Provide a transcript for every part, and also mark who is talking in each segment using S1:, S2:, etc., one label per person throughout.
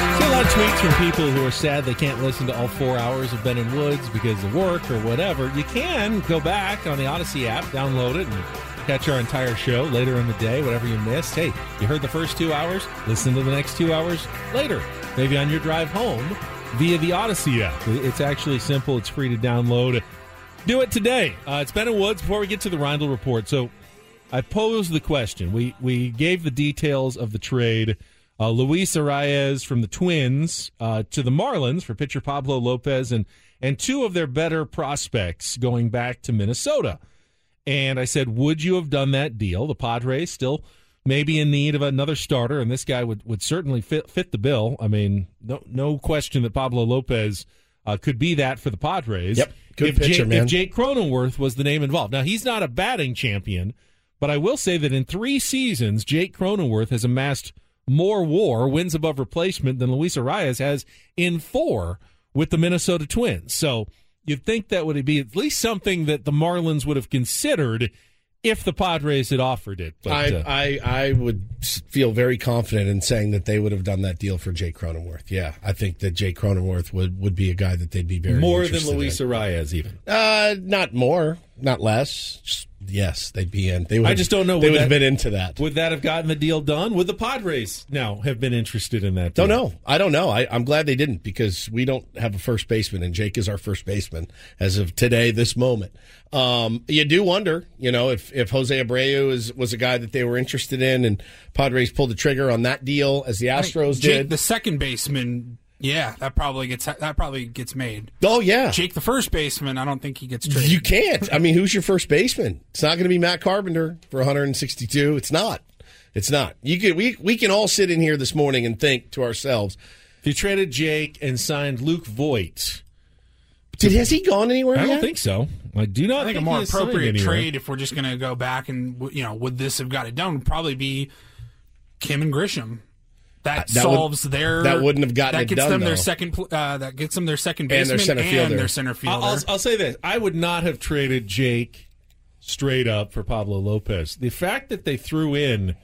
S1: tweets from people who are sad they can't listen to all four hours of Ben and Woods because of work or whatever. You can go back on the Odyssey app, download it, and catch our entire show later in the day, whatever you missed. Hey, you heard the first two hours, listen to the next two hours later, maybe on your drive home via the Odyssey app. It's actually simple, it's free to download. Do it today. Uh, it's Ben and Woods before we get to the Rindle report. So I posed the question. We, we gave the details of the trade uh, Luis Arias from the Twins uh, to the Marlins for pitcher Pablo Lopez and and two of their better prospects going back to Minnesota. And I said, would you have done that deal? The Padres still maybe in need of another starter, and this guy would, would certainly fit fit the bill. I mean, no no question that Pablo Lopez uh, could be that for the Padres.
S2: Yep, good
S1: if
S2: pitcher,
S1: Jake,
S2: man.
S1: If Jake Cronenworth was the name involved, now he's not a batting champion, but I will say that in three seasons, Jake Cronenworth has amassed more WAR wins above replacement than Luis Arias has in four with the Minnesota Twins. So you'd think that would be at least something that the Marlins would have considered if the Padres had offered it. But, uh,
S2: I, I I would s- feel very confident in saying that they would have done that deal for Jake Cronenworth. Yeah, I think that Jake Cronenworth would, would be a guy that they'd be very
S1: more than
S2: interested in.
S1: Luis Arias, even.
S2: Uh, not more, not less. Just, yes, they'd be in. They would.
S1: I just don't know
S2: They
S1: what
S2: would have
S1: that-
S2: been into that.
S1: Would that have gotten the deal done? Would the Padres now have been interested in that?
S2: Don't
S1: deal?
S2: know. I don't know. I, I'm glad they didn't because we don't have a first baseman, and Jake is our first baseman as of today, this moment. Um, you do wonder, you know, if, if Jose Abreu is, was a guy that they were interested in, and Padres pulled the trigger on that deal as the Astros
S3: Jake,
S2: did.
S3: the second baseman. Yeah, that probably gets that probably gets made.
S2: oh yeah,
S3: Jake, the first baseman, I don't think he gets traded.
S2: you can't. I mean, who's your first baseman? It's not going to be Matt Carpenter for 162. It's not. It's not. You could we we can all sit in here this morning and think to ourselves,
S1: If you traded Jake and signed Luke Voigt,
S2: did has he gone anywhere?
S1: I don't
S2: yet?
S1: think so. I do not
S3: I think a
S1: he
S3: more
S1: has signed
S3: appropriate
S1: anywhere.
S3: trade, if we're just going to go back and you know, would this have got it done? Would probably be Kim and Grisham. That,
S2: that would-
S3: solves their.
S2: that wouldn't have gotten
S3: that
S2: it
S3: gets
S2: done,
S3: them
S2: though.
S3: their second. pl- Uh, that gets them their second
S2: their
S3: baseman
S2: center fielder.
S3: their center fielder.
S1: I'll, I'll, I'll say this: I would not have traded Jake straight up for Pablo Lopez. The fact that they threw in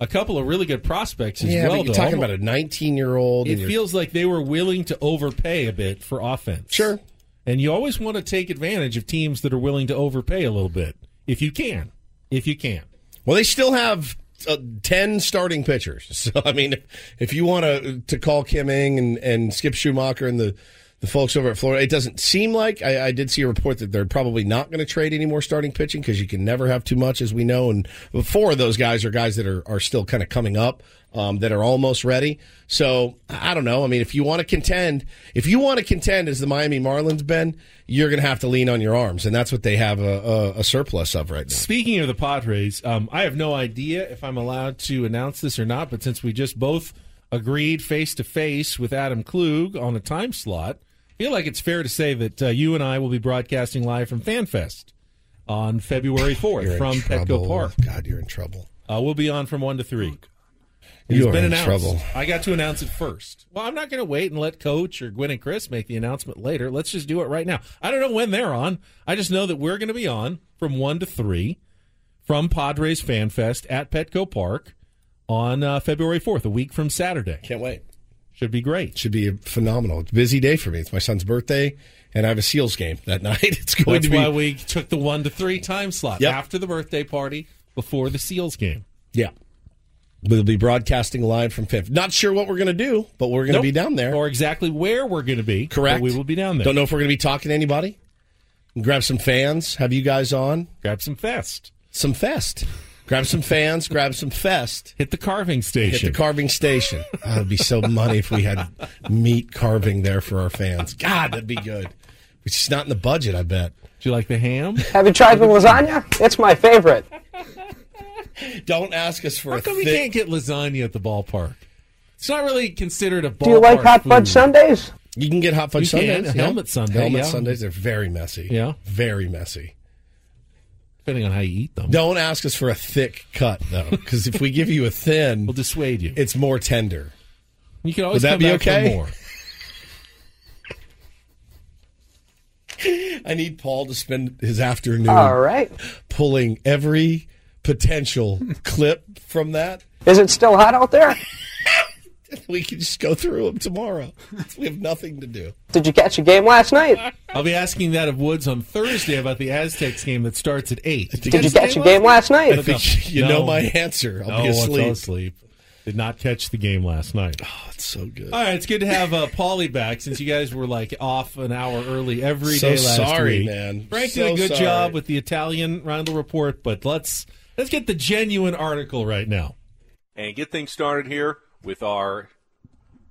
S1: a couple of really good prospects as
S2: Yeah,
S1: well,
S2: but you're
S1: though,
S2: talking about a 19 year old.
S1: it feels like they were willing to overpay a bit for offense.
S2: Sure.
S1: and you always want to take advantage of teams that are willing to overpay a little bit if you can. If you can,
S2: Well, they still have uh, 10 starting pitchers. So, I mean, if, if you want to to call Kim Ng and, and Skip Schumacher and the, the folks over at Florida, it doesn't seem like. I, I did see a report that they're probably not going to trade any more starting pitching because you can never have too much, as we know. And four of those guys are guys that are, are still kind of coming up. Um, that are almost ready. So I don't know. I mean, if you want to contend, if you want to contend as the Miami Marlins, Ben, you're going to have to lean on your arms, and that's what they have a, a, a surplus of right now.
S1: Speaking of the Padres, um, I have no idea if I'm allowed to announce this or not, but since we just both agreed face to face with Adam Klug on a time slot, I feel like it's fair to say that uh, you and I will be broadcasting live from FanFest on February 4th
S2: in
S1: from
S2: trouble.
S1: Petco Park.
S2: God, you're in trouble.
S1: Uh, we'll be on from 1 to 3.
S2: You
S1: It's
S2: are
S1: been
S2: in
S1: announced.
S2: trouble.
S1: I got to announce it first. Well, I'm not going to wait and let Coach or Gwen and Chris make the announcement later. Let's just do it right now. I don't know when they're on. I just know that we're going to be on from 1 to 3 from Padres Fan Fest at Petco Park on uh, February 4th, a week from Saturday.
S2: Can't wait.
S1: Should be great.
S2: Should be a phenomenal. It's a busy day for me. It's my son's birthday, and I have a Seals game that night. It's going
S1: That's
S2: to be
S1: why we took the 1 to 3 time slot
S2: Yep.
S1: after the birthday party before the Seals game.
S2: yeah. We'll be broadcasting live from fifth. Not sure what we're going to do, but we're going to be
S1: Nope.
S2: down there.
S1: Or exactly where we're going to be. but
S2: Correct.
S1: We will be down there.
S2: Don't know if we're going to be talking to anybody. Grab some fans. Have you guys on
S1: Grab some fest.
S2: some fest? Grab some fans. grab some fest.
S1: Hit the carving
S2: Hit
S1: station.
S2: the carving station. Oh, it'd be so money if we had meat carving there for our fans. God, that'd be good. It's just not in the budget, I bet.
S1: Do you like the ham?
S4: Have you tried the lasagna? It's my favorite.
S2: Don't ask us for
S1: How
S2: a
S1: come we
S2: thick-
S1: can't get lasagna at the ballpark? It's not really considered a ballpark.
S4: Do you like hot
S1: food.
S4: fudge sundaes?
S2: You can get hot fudge
S1: You
S2: Sundays.
S1: can.
S2: yeah.
S1: Helmet Sunday,
S2: Helmet
S1: yeah.
S2: Sundays are very messy.
S1: Yeah.
S2: Very messy.
S1: Depending on how you eat them,
S2: Don't ask us for a thick cut, though, because if we give you a thin,
S1: will dissuade you.
S2: it's more tender.
S1: You can always
S2: Would that
S1: come
S2: be
S1: back
S2: okay?
S1: for more.
S2: I need Paul to spend his afternoon
S4: All right.
S2: pulling every potential clip from that.
S4: Is it still hot out there?
S2: we can just go through them tomorrow. we have nothing to do.
S4: Did you catch a game last night?
S1: I'll be asking that of Woods on Thursday about the Aztecs game that starts at eight.
S4: Did you catch a game last
S2: I
S4: night?
S2: think you
S1: No.
S2: know my answer. I'll
S1: Oh,
S2: be
S1: I fell
S2: asleep.
S1: asleep. Did not catch the game last night.
S2: Oh, it's so good.
S1: All right, it's good to have uh, Paulie back since you guys were like off an hour early every day
S2: So
S1: last
S2: sorry,
S1: week.
S2: man.
S1: Frank
S2: So
S1: did a good
S2: sorry.
S1: job with the Italian Roundel report, but let's let's get the genuine article right now.
S5: and get things started here with our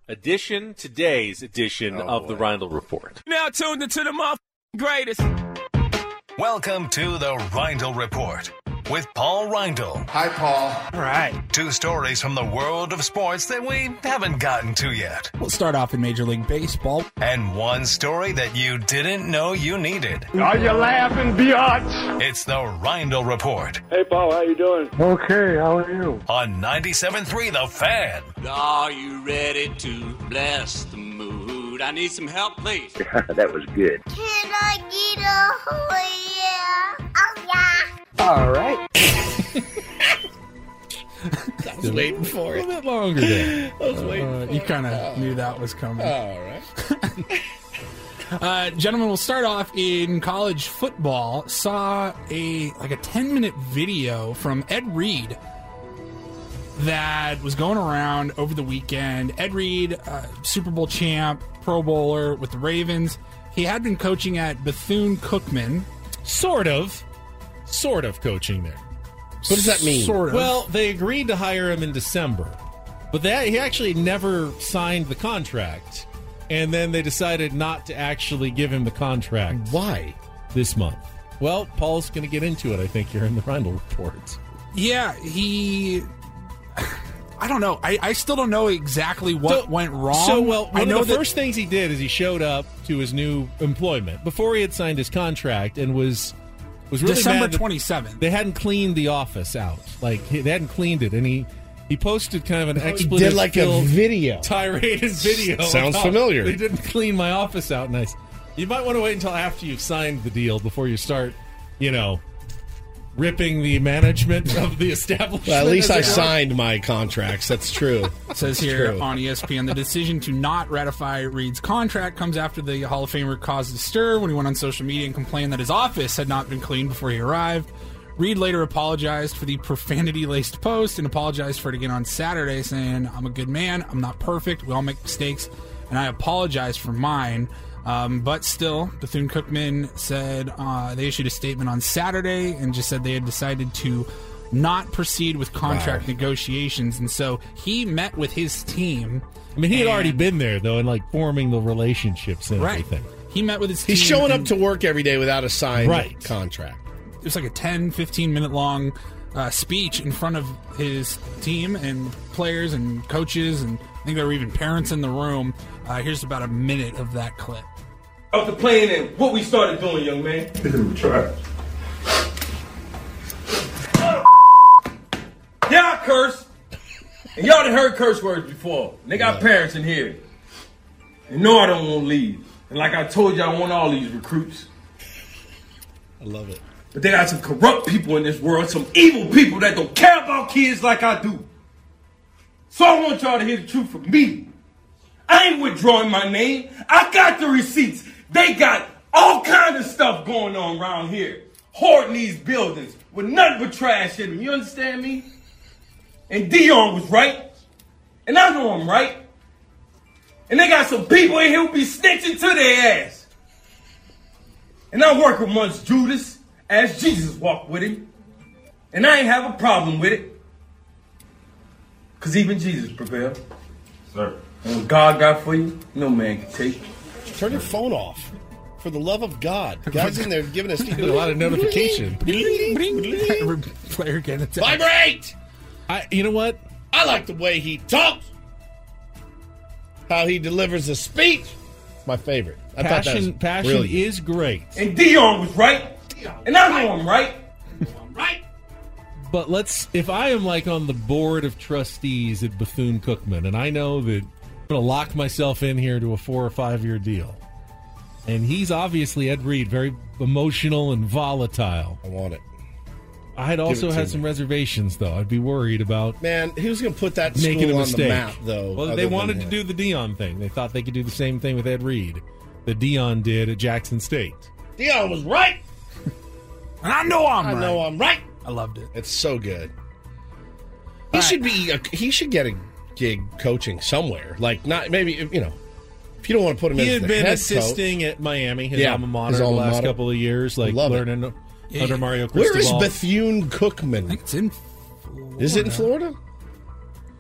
S5: edition, today's edition
S2: Oh,
S5: of the Rindle Report.
S6: now tuned into the motherfucking greatest.
S7: Welcome to the Reindl Report with Paul Reindl.
S8: Hi, Paul.
S3: All right.
S7: Two stories from the world of sports that we haven't gotten to yet,
S3: We'll start off in Major League Baseball.
S7: and one story that you didn't know you needed.
S9: Are you laughing, biatch?
S7: It's the Reindl Report
S9: Hey, Paul, how you doing?
S10: Okay, how are you?
S7: on 97.3 The Fan.
S6: Are you ready to bless the mood? I need some help, please.
S11: Can I get a oh yeah? Oh yeah.
S4: All right.
S2: I was waiting for
S1: A
S2: it.
S1: little bit longer there.
S2: I was waiting.
S3: Uh, you kind of knew that was coming.
S2: All right.
S3: Uh, gentlemen, we'll start off in college football. Saw a like a ten minute video from Ed Reed that was going around over the weekend. Ed Reed, uh, Super Bowl champ, Pro Bowler with the Ravens. He had been coaching at Bethune Cookman.
S1: Sort of. Sort of coaching there.
S2: What does that mean?
S3: Sort of.
S1: Well, they agreed to hire him in December, but that he actually never signed the contract, and then they decided not to actually give him the contract
S2: Why?
S1: this month. Well, Paul's going to get into it. I think here in the Rindle report.
S3: yeah, he. I don't know. I, I still don't know exactly what
S1: So-
S3: went wrong.
S2: Um,
S1: So well, one
S3: I know
S1: of the
S3: that-
S1: first things he did is he showed up to his new employment before he had signed his contract and was was really
S3: December
S1: mad that
S3: 27th.
S1: They hadn't cleaned the office out. Like he- they hadn't cleaned it, and he he posted kind of an
S2: He
S1: expletive
S2: did like a video.
S1: tirade in video.
S2: Sounds
S1: about,
S2: familiar.
S1: They didn't clean my office out nice. You might want to wait until after you've signed the deal before you start, you know, ripping the management of the establishment.
S2: Well, at least
S1: as
S2: I
S1: it were.
S2: signed my contracts. That's true.
S3: says here
S2: true.
S3: on E ESPN the decision to not ratify Reed's contract comes after the Hall of Famer caused a stir when he went on social media and complained that his office had not been cleaned before he arrived. Reed later apologized for the profanity laced post and apologized for it again on Saturday, saying, I'm a good man. I'm not perfect. We all make mistakes. And I apologize for mine. Um, but still, Bethune Cookman said uh, they issued a statement on Saturday and just said they had decided to not proceed with contract negotiations. And so he met with his team.
S1: I mean, he had
S3: and-
S1: already been there though, and like forming the relationships and
S3: Right.
S1: everything.
S3: He met with his team.
S2: He's showing up
S3: and
S2: to work every day without a signed
S1: Right.
S2: contract.
S3: It was like a 10, 15 minute long uh, speech in front of his team and players and coaches. And I think there were even parents in the room. Uh, here's about a minute of that clip.
S6: After playing and what we started doing, young man. Yeah, I curse. And y'all done heard curse words before. And They got parents in here. And no, I don't want to leave. And like I told you, I want all these recruits.
S2: I love it.
S6: But they got some corrupt people in this world, some evil people that don't care about kids like I do. So I want y'all to hear the truth from me. I ain't withdrawing my name. I got the receipts. They got all kind of stuff going on around here. Hoarding these buildings with nothing but trash in them. You understand me? And Dion was right. And I know I'm right. And they got some people in here who be snitching to their ass. And I work amongst Judas as Jesus walked with him. And I ain't have a problem with it. Because even Jesus prevailed. Sir. And what God got for you, no man can take.
S2: Turn your phone off. For the love of God. Guys in there giving us
S1: A lot of notification.
S3: Every player getting attacked.
S2: Vibrate!
S1: I, you know what?
S2: I like the way he talks. How he delivers a speech. My favorite. I thought that was
S1: Passion, passion
S2: brilliant.
S1: is great,
S6: And Dion was right. And I know I'm right.
S1: but let's. If I am like on the board of trustees at Bethune Cookman, and I know that I'm going to lock myself in here to a four or five year deal, and he's obviously Ed Reed, very emotional and volatile.
S2: I want it.
S1: I'd also
S2: to
S1: had
S2: me.
S1: some reservations, though. I'd be worried about
S2: Man, who's going to put that school
S1: making a
S2: on
S1: mistake.
S2: the map, though?
S1: Well,
S2: other
S1: they
S2: than
S1: wanted to
S2: him?
S1: do the Dion thing. They thought they could do the same thing with Ed Reed that Dion did at Jackson State.
S2: Dion was right.
S3: And I know I'm
S2: I
S3: right.
S2: know I'm right.
S3: I loved it.
S2: It's so good. He should be. A, he should get a gig coaching somewhere. Like not maybe you know. If you don't want to put him
S1: He
S2: in, as
S1: had
S2: the
S1: been
S2: head
S1: assisting at Miami, his
S2: Yeah,
S1: alma mater,
S2: his
S1: the
S2: alma
S1: last
S2: mater.
S1: couple of years, like
S2: Love it.
S1: learning under Mario
S2: Coach. Where is
S1: Cristobal.
S2: Bethune
S3: I think
S2: Cookman?
S3: it's in.
S2: Is it in Florida?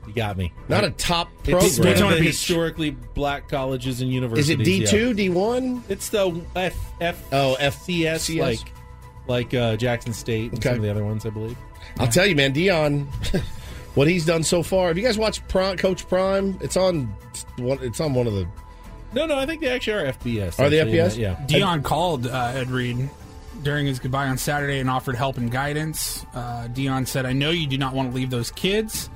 S1: You got me.
S2: Not a top
S1: It's
S2: program.
S1: one of the historically black colleges and
S2: Is
S1: universities.
S2: it D
S1: yeah.
S2: two, D one?
S1: It's the F F
S2: Oh, F-
S1: CS,
S2: CS?
S1: like like uh, Jackson State and some
S2: Okay.
S1: of the other ones, I believe.
S2: I'll tell you, man, Dion, what he's done so far. Have you guys watched Prime, Coach Prime? It's on. one- It's on one of the.
S1: No, no, I think they actually are FBS.
S2: Are they
S1: actually,
S2: FBS?
S1: Yeah.
S3: Dion called uh, Ed Reed during his goodbye on Saturday and offered help and guidance. Uh, Dion said, "I know you do not want to leave those kids.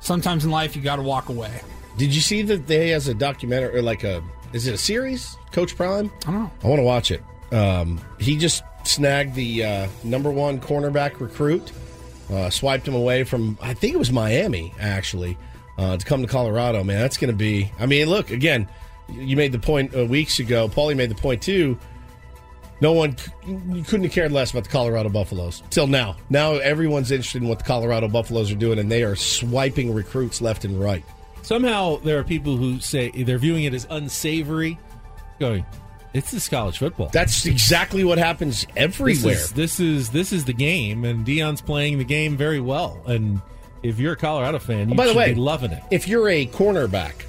S3: Sometimes in life, you got to walk away."
S2: Did you see that they has a documentary or like a? Is it a series? Coach Prime.
S3: I don't know.
S2: I want to watch it. Um, he just snagged the uh, number one cornerback recruit, uh, swiped him away from, I think it was Miami, actually, uh, to come to Colorado, man. That's going to be, I mean, look, again, you made the point uh, weeks ago. Paulie made the point, too. No one you couldn't have cared less about the Colorado Buffaloes till now. Now everyone's interested in what the Colorado Buffaloes are doing, and they are swiping recruits left and right.
S1: Somehow there are people who say they're viewing it as unsavory, going, "It's this college football.
S2: That's exactly what happens
S1: this
S2: everywhere.
S1: is, this is this is the game, and Dion's playing the game very well. And if you're a Colorado fan, you
S2: By the
S1: should
S2: way,
S1: be loving it.
S2: If you're a cornerback,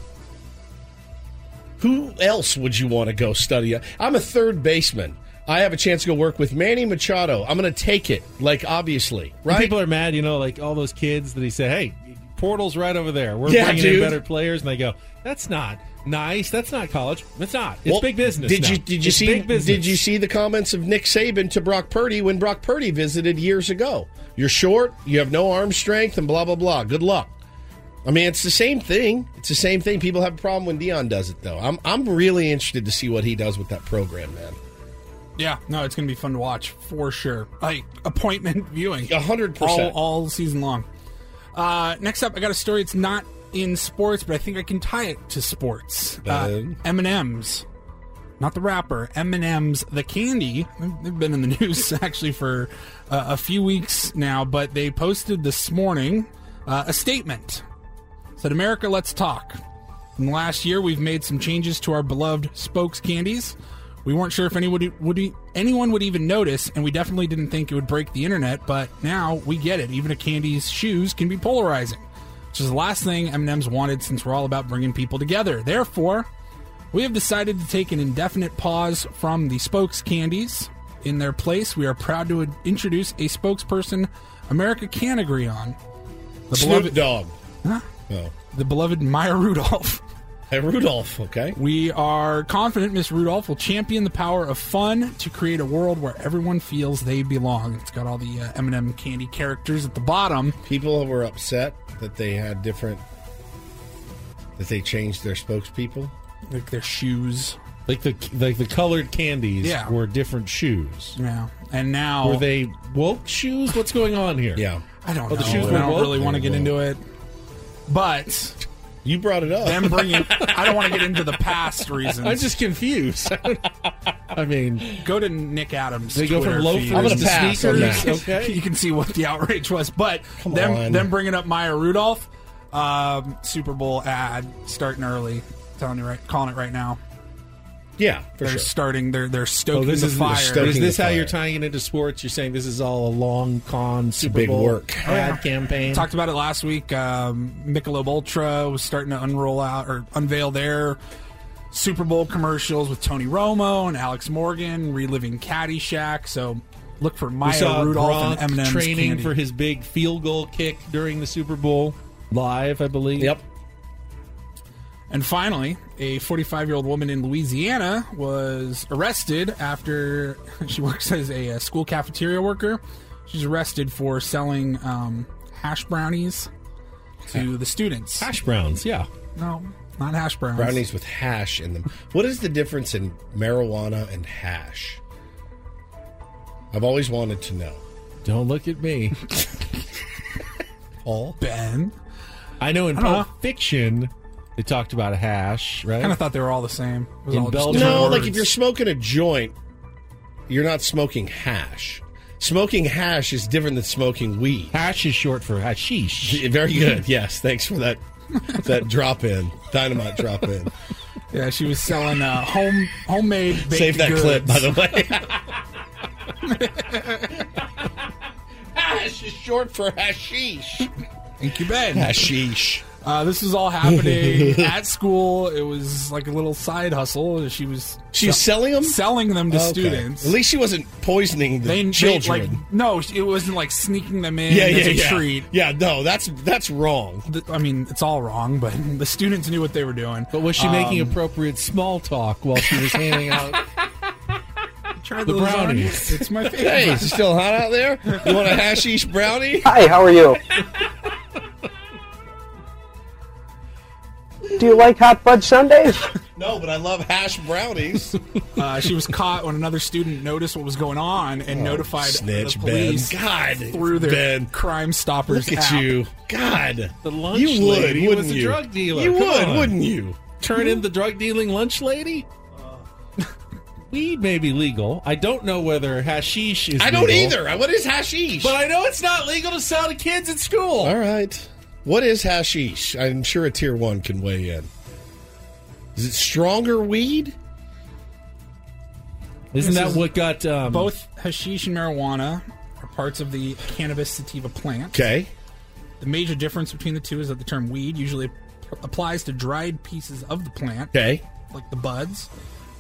S2: who else would you want to go study? I'm a third baseman. I have a chance to go work with Manny Machado. I'm going to take it, like obviously,
S1: And
S2: right?
S1: People are mad, you know, like all those kids that he said, "Hey, portal's right over there. We're
S2: Yeah,
S1: bringing in
S2: dude.
S1: better players," and they go, "That's not nice. That's not college. That's not. It's
S2: Well,
S1: big business."
S2: Did
S1: now.
S2: you did you
S1: It's
S2: see
S1: big business.
S2: did you see the comments of Nick Saban to Brock Purdy when Brock Purdy visited years ago? You're short, you have no arm strength, and blah blah blah. Good luck. I mean, it's the same thing. It's the same thing. People have a problem when Dion does it, though. I'm I'm really interested to see what he does with that program, man.
S3: Yeah, no, it's going to be fun to watch for sure. Like appointment viewing.
S2: A hundred
S3: all,
S2: percent.
S3: all season long. Uh, next up, I got a story. It's not in sports, but I think I can tie it to sports. Uh,
S2: Then?
S3: M and M's, not the rapper. M and M's, the candy. They've been in the news actually for uh, a few weeks now, but they posted this morning uh, a statement. Said, "America, let's talk." In the last year, we've made some changes to our beloved spokes candies. We weren't sure if anybody would anyone would even notice, and we definitely didn't think it would break the internet. But now we get it. Even a candy's shoes can be polarizing, which is the last thing M&M's wanted since we're all about bringing people together. Therefore, we have decided to take an indefinite pause from the spokes candies. In their place, we are proud to introduce a spokesperson America can agree on. The
S2: Snoop
S3: beloved,
S2: Dogg.
S3: Huh?
S2: Oh.
S3: the beloved Maya Rudolph.
S2: Hey, Rudolph, okay?
S3: We are confident Miss Rudolph will champion the power of fun to create a world where everyone feels they belong. It's got all the uh, M&M candy characters at the bottom.
S2: People were upset that they had different, that they changed their spokespeople.
S3: Like their shoes.
S1: like the like the colored candies
S3: Yeah.
S1: were different shoes?
S3: Yeah. And now
S1: Were they woke shoes? What's going on here?
S2: Yeah.
S3: I don't
S1: Oh,
S3: know.
S1: the shoes
S3: I
S1: were
S3: don't
S1: woke?
S3: really
S1: They
S3: want to
S2: were
S3: get
S2: woke.
S3: into it. But
S2: You brought it up.
S3: them bringing I don't want to get into the past reasons.
S1: I'm just confused. I mean,
S3: go to Nick Adams.
S1: They go from
S3: Twitter
S1: loafers
S3: feed.
S2: I'm gonna
S1: to
S2: pass on
S1: sneakers.
S2: that.
S1: Okay.
S3: you can see what the outrage was. But them
S2: on.
S3: them bringing up Maya Rudolph, um, Super Bowl ad starting early. Telling you right, calling it right now.
S2: yeah, for
S3: They're
S2: sure.
S3: starting. They're they're stoking
S1: Oh, this
S3: the
S1: is
S3: fire.
S2: stoking-
S1: is this
S2: Oh, the
S1: how
S2: fire.
S1: you're tying it into sports? You're saying this is all a long con Super
S2: big
S1: Bowl
S2: work.
S3: Oh,
S1: ad campaign.
S3: Talked about it last week. Um, Michelob Ultra was starting to unroll out or unveil their Super Bowl commercials with Tony Romo and Alex Morgan reliving Caddyshack. So look for
S1: we
S3: Maya
S1: saw Gronk
S3: Rudolph and Eminem's
S1: training
S3: candy.
S1: for his big field goal kick during the Super Bowl live, I believe.
S2: Yep.
S3: And finally, a 45 year old woman in Louisiana was arrested after she works as a, uh school cafeteria worker. She's arrested for selling um, hash brownies to the students.
S1: Hash browns, yeah.
S3: No, not hash brownies.
S2: Brownies with hash in them. What is the difference in marijuana and hash? I've always wanted to know.
S1: Don't look at me. Paul?
S3: Ben.
S1: I know in
S3: don't
S1: Pulp
S3: know.
S1: Fiction, they talked about a hash, right?
S3: Kind of thought they were all the same. It was
S1: In
S3: all just
S1: Belgium.
S3: different
S2: No,
S3: words.
S2: like if you're smoking a joint, you're not smoking hash. Smoking hash is different than smoking weed.
S1: hash is short for hashish.
S2: Very good. Yes, thanks for that. That drop in, dynamite drop in.
S3: yeah, she was selling uh, home homemade. Baked
S2: Save that
S3: goods.
S2: clip, by the way. hash is short for hashish.
S3: Thank you, Ben.
S2: Hashish.
S3: Uh, this was all happening at school. It was like a little side hustle. She was
S2: She was selling them.
S3: selling them to
S2: Okay.
S3: students.
S2: At least she wasn't poisoning the
S3: they, they,
S2: children.
S3: like no, it wasn't like sneaking them in
S2: yeah,
S3: as
S2: yeah,
S3: a
S2: yeah.
S3: treat.
S2: Yeah, no, that's that's wrong.
S3: The- I mean, it's all wrong, but the students knew what they were doing.
S1: But was she making
S2: Um,
S1: appropriate small talk while she was handing out?
S3: Try
S1: the
S3: those on.
S1: brownies.
S3: It's my favorite.
S2: Hey, is it still hot out there? You want a hashish brownie?
S4: Hi, how are you? Do you like hot bud Sundays?
S2: No, but I love hash brownies.
S3: Uh, she was caught when another student noticed what was going on and notified
S2: Oh, Snitch,
S3: the
S2: Ben.
S3: police
S2: God,
S3: through their
S2: Ben.
S3: Crime Stoppers
S2: Look at
S3: app.
S2: you, God.
S1: The lunch
S2: you would,
S1: lady was
S2: wouldn't
S1: a
S2: you?
S1: drug dealer.
S2: You
S1: Come
S2: would,
S1: on.
S2: wouldn't you?
S1: Turn
S2: Mm-hmm.
S1: in the drug dealing lunch lady.
S2: Uh.
S1: Weed may be legal. I don't know whether hashish is.
S2: I don't
S1: legal,
S2: either. I- What is hashish?
S1: But I know it's not legal to sell to kids at school.
S2: All right. What is hashish? I'm sure a tier one can weigh in. Is it stronger weed?
S1: Isn't
S3: This
S1: that
S3: is-
S1: what got um,
S3: Both hashish and marijuana are parts of the cannabis sativa plant.
S2: Okay.
S3: The major difference between the two is that the term weed usually ap- applies to dried pieces of the plant,
S2: Okay.
S3: like the buds,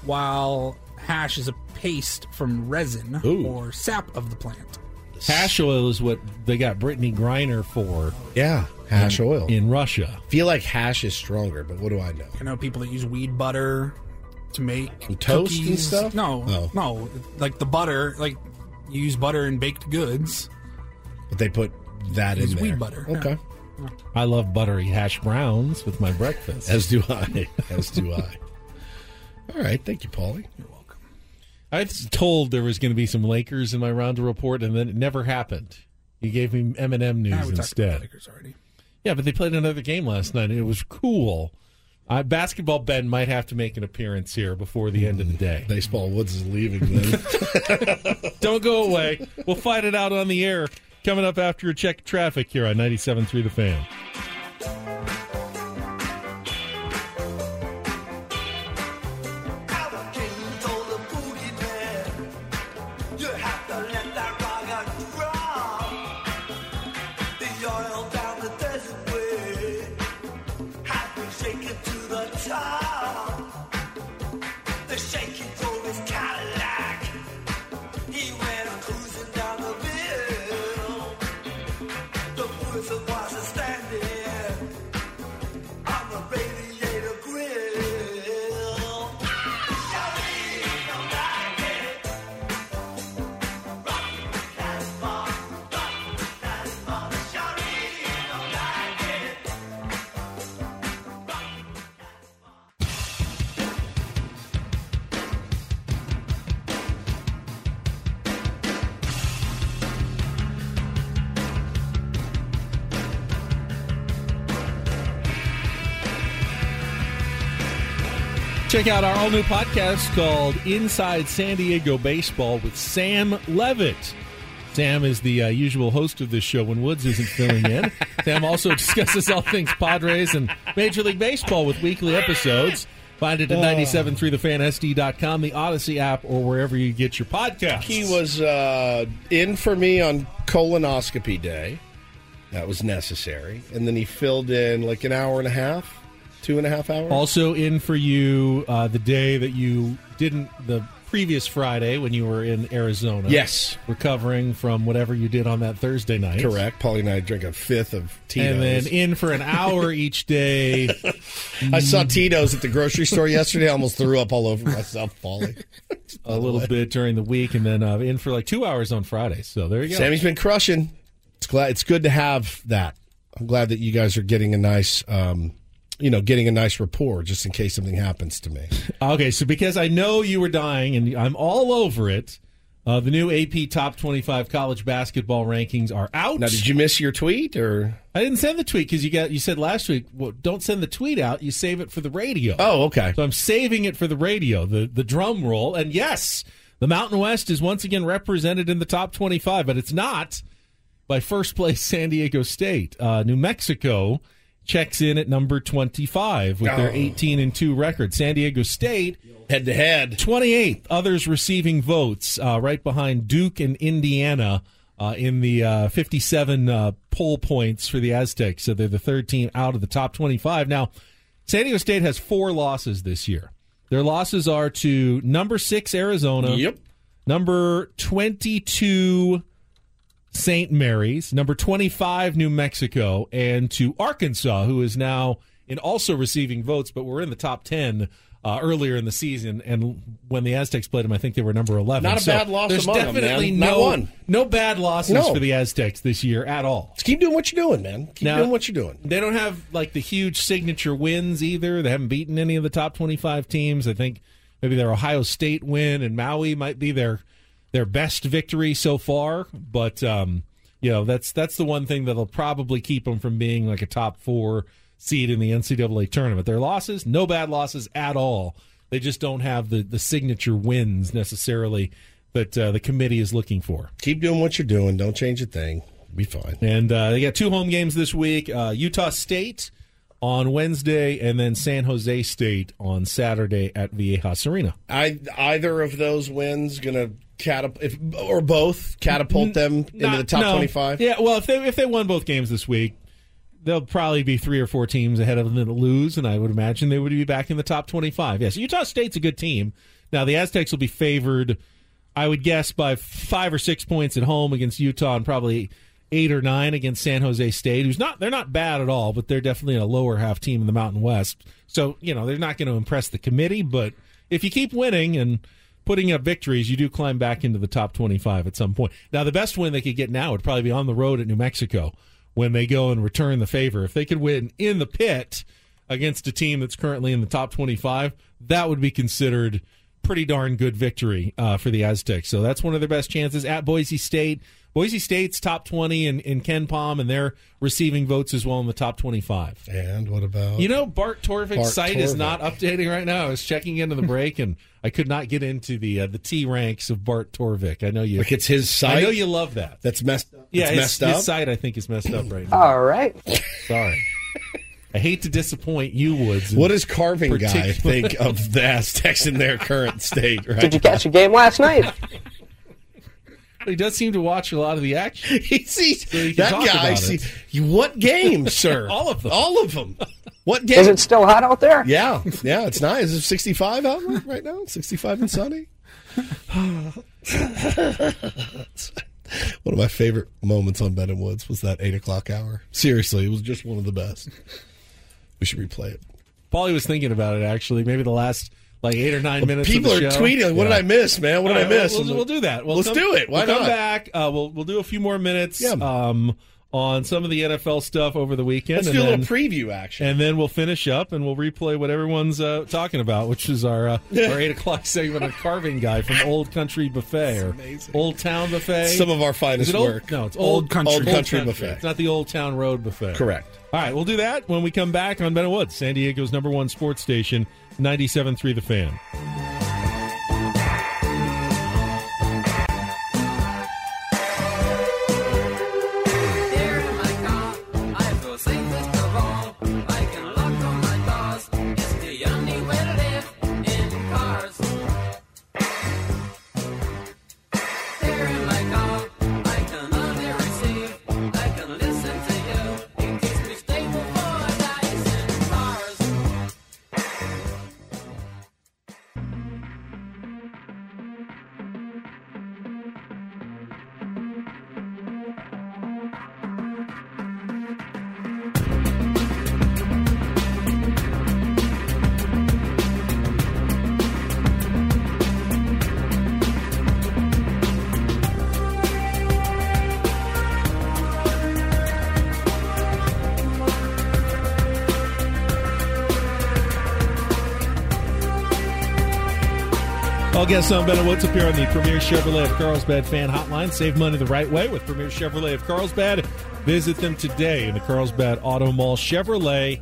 S3: while hash is a paste from resin
S2: Ooh.
S3: or sap of the plant.
S1: hash oil is what they got Brittany Griner for
S2: Yeah. Hash oil.
S1: in Russia?
S2: I feel like hash is stronger, but what do I know?
S3: I know people that use weed butter to make
S2: And toast and
S3: cookies.
S2: stuff?
S3: No,
S2: Oh.
S3: no, like the butter, like you use butter in baked goods.
S2: But they put that
S3: Use
S2: in there.
S3: weed butter, yeah.
S2: Okay.
S1: I love buttery hash browns with my breakfast.
S2: As do I. As do I. All right. Thank you, Paulie.
S1: I was told there was going to be some Lakers in my round of report, and then it never happened. You gave me M&M
S3: Ah, we
S1: news
S3: talked about
S1: instead.
S3: Lakers already.
S1: Yeah, but they played another game last night, and it was cool. Uh, basketball Ben might have to make an appearance here before the end of the day.
S2: Baseball Woods is leaving then.
S1: Don't go away. We'll fight it out on the air coming up after a check of traffic here on 97.3 The Fan.
S6: Standing on the radiator grill. Ah!
S1: Check out our all new podcast called Inside San Diego Baseball with Sam Levitt. Sam is the uh, usual host of this show when Woods isn't filling in. Sam also discusses all things Padres and Major League Baseball with weekly episodes. Find it at
S2: Ah.
S1: 973thefansd.com, the Odyssey app, or wherever you get your podcasts.
S2: He was uh, in for me on colonoscopy day. That was necessary. And then he filled in like an hour and a half, two and a half hours.
S1: Also in for you uh, the day that you didn't, the previous Friday when you were in Arizona.
S2: Yes.
S1: Recovering from whatever you did on that Thursday night.
S2: Correct. Paulie and I drank a fifth of Tito's.
S1: and then in for an hour each day.
S2: I saw Tito's at the grocery store yesterday. I almost threw up all over myself, Paulie.
S1: a little bit during the week, and then uh, in for like two hours on Friday. So there you go.
S2: Sammy's been crushing. It's glad. It's good to have that. I'm glad that you guys are getting a nice, um, you know, getting a nice rapport just in case something happens to me.
S1: Okay, so because I know you were dying and I'm all over it, Uh, the new AP Top 25 College Basketball Rankings are out.
S2: Now, did you miss your tweet or?
S1: I didn't send the tweet because you got you said last week. Well, don't send the tweet out. You save it for the radio.
S2: Oh, okay.
S1: So I'm saving it for the radio. The the drum roll, and yes, the Mountain West is once again represented in the top 25, but it's not by first place San Diego State. Uh, New Mexico checks in at number 25 with their
S2: Oh.
S1: 18 and two record. San Diego State
S2: Head to head.
S1: 28th. Others receiving votes, uh, right behind Duke and Indiana uh, in the uh, 57 uh, poll points for the Aztecs. So they're the third team out of the top 25. Now, San Diego State has four losses this year. Their losses are to number six Arizona,
S2: Yep.
S1: number 22 St. Mary's, number 25 New Mexico, and to Arkansas, who is now in also receiving votes, but were in the top 10 uh, earlier in the season. And when the Aztecs played them, I think they were number 11.
S2: Not a
S1: So
S2: bad loss
S1: There's
S2: among 'em,
S1: definitely
S2: man. Not
S1: no
S2: one.
S1: no bad losses
S2: No.
S1: for the Aztecs this year at all.
S2: Just keep doing what you're doing, man. Keep
S1: Now-
S2: doing what you're doing.
S1: They don't have like the huge signature wins either. They haven't beaten any of the top 25 teams. I think maybe their Ohio State win and Maui might be their their best victory so far, but um you know, that's that's the one thing that'll probably keep them from being like a top 4 seed in the NCAA tournament. Their losses, no bad losses at all. They just don't have the the signature wins necessarily that uh, the committee is looking for.
S2: Keep doing what you're doing. Don't change a thing. Be fine.
S1: And uh, they got two home games this week uh, Utah State on Wednesday, and then San Jose State on Saturday at Viejas Arena.
S2: I either of those wins gonna catapult if, or both catapult them into the
S1: Not-
S2: top
S1: no.
S2: twenty five.
S1: Yeah, well, if they, if they won both games this week, they'll probably be three or four teams ahead of them that'll lose, and I would imagine they would be back in the top 25. Yes, Utah State's a good team. Now, the Aztecs will be favored, I would guess, by five or six points at home against Utah and probably eight or nine against San Jose State, who's not, they're not bad at all, but they're definitely a lower half team in the Mountain West. So, you know, they're not going to impress the committee, but if you keep winning and putting up victories, you do climb back into the top 25 at some point. Now, the best win they could get now would probably be on the road at New Mexico when they go and return the favor. If they could win in the pit against a team that's currently in the top 25, that would be considered pretty darn good victory uh, for the Aztecs. So that's one of their best chances at Boise State. Boise State's top 20 in, in Ken Palm, and they're receiving votes as well in the top 25.
S2: And what about
S1: You know, Bart Torvik's
S2: Bart
S1: site is
S2: Torvik.
S1: not updating right now. I was checking into the break, and I could not get into the uh, the T ranks of Bart Torvik. I know you.
S2: like it's his site?
S1: I know you love that.
S2: That's messed up.
S1: yeah,
S2: it's
S1: his,
S2: messed
S1: his
S2: up.
S1: site I think is messed up right now.
S4: All right.
S1: Sorry. I hate to disappoint you, Woods.
S2: What does Carving Guy
S1: Particular-
S2: think of the Aztecs in their current state? Right?
S4: Did you catch a game last night?
S1: he does seem to watch a lot of the action.
S2: He sees
S1: you can
S2: that
S1: talk
S2: guy.
S1: about
S2: Sees, you- what game, sir?
S1: All of them.
S2: All of them. What game?
S4: Is it still hot out there?
S2: yeah, yeah. It's nice. Is it 65 out right- right now? 65 and sunny. one of my favorite moments on Ben and Woods was that eight o'clock hour. Seriously, it was just one of the best. We should replay it.
S1: Paulie was thinking about it actually. Maybe the last like eight or nine minutes. of
S2: People
S1: the
S2: are
S1: show.
S2: tweeting. What
S1: Yeah.
S2: did I miss, man? What did
S1: All
S2: I
S1: right,
S2: miss?
S1: We'll,
S2: I'm
S1: we'll,
S2: like,
S1: we'll do that. We'll
S2: let's
S1: come-
S2: do it. Why
S1: we'll come
S2: not?
S1: back. Uh, we'll we'll do a few more minutes.
S2: Yeah.
S1: Um, on some of the NFL stuff over the weekend.
S2: Let's
S1: and
S2: do a
S1: then,
S2: little preview action.
S1: and then we'll finish up and we'll replay what everyone's uh, talking about, which is our uh, our eight o'clock segment on carving guy from Old Country Buffet or Old Town Buffet.
S2: Some of our
S1: is
S2: finest
S1: it old?
S2: work.
S1: No, it's
S3: Old
S1: Old
S3: Country.
S2: Old Country Buffet.
S1: It's not the Old Town Road Buffet.
S2: Correct.
S1: All right, we'll do that when we come back on Ben and Woods, San Diego's number one sports station, 97.3 The Fan. All guests on Better Woods appear on the Premier Chevrolet of Carlsbad fan hotline. Save money the right way with Premier Chevrolet of Carlsbad. Visit them today in the Carlsbad Auto Mall. Chevrolet,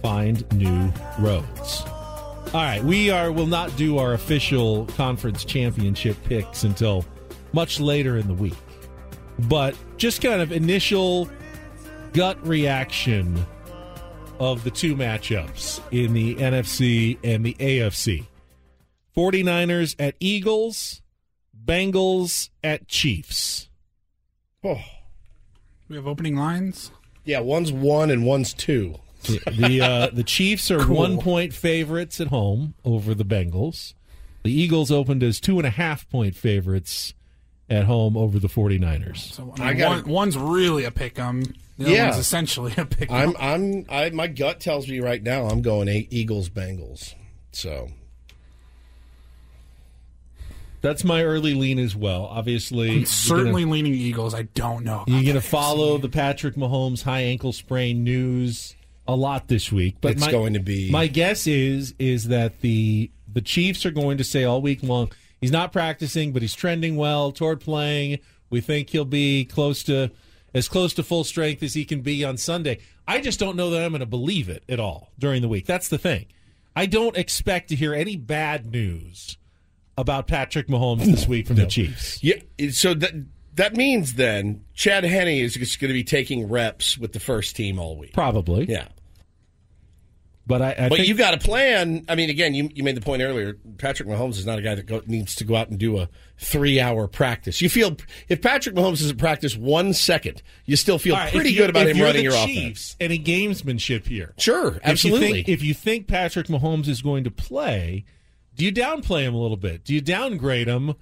S1: find new roads. All right, we are will not do our official conference championship picks until much later in the week. But just kind of initial gut reaction of the two matchups in the NFC and the AFC. 49ers at Eagles, Bengals at Chiefs.
S2: Oh,
S3: We have opening lines.
S2: yeah, one's one and one's two.
S1: The uh, the Chiefs are
S3: Cool.
S1: one point favorites at home over the Bengals. The Eagles opened as two and a half point favorites at home over the 49ers.
S3: So I
S2: I
S3: mean,
S2: got-
S3: one, one's really a pick 'em. The other
S2: Yeah.
S3: one's essentially a pick
S2: I'm
S3: 'em.
S2: I'm I my gut tells me right now I'm going eight Eagles Bengals. So
S1: That's my early lean as well. Obviously, you're
S3: I'm
S1: gonna-
S3: certainly leaning Eagles. I don't know. About
S1: You're going to
S3: that.
S1: follow the Patrick Mahomes high ankle sprain news a lot this week, but
S2: It's
S1: my,
S2: going to be-
S1: My guess is is that the the Chiefs are going to say all week long he's not practicing, but he's trending well toward playing. We think he'll be close to as close to full strength as he can be on Sunday. I just don't know that I'm going to believe it at all during the week. That's the thing. I don't expect to hear any bad news about Patrick Mahomes this week from the Chiefs.
S2: yeah, so that that means then Chad Henney is just going to be taking reps with the first team all week.
S1: Probably.
S2: Yeah.
S1: But I, I
S2: But
S1: think
S2: you got a plan. I mean, again, you, you made the point earlier. Patrick Mahomes is not a guy that go, needs to go out and do a three-hour practice. You feel if Patrick Mahomes doesn't practice one second, you still feel
S1: All right,
S2: pretty
S1: if you-
S2: good about
S1: if
S2: him
S1: you're
S2: running
S1: the
S2: your offense.
S1: Chiefs. Any gamesmanship here?
S2: Sure,
S1: If you,
S2: absolutely.
S1: think, if you think Patrick Mahomes is going to play, do you downplay him a little bit? Do you downgrade him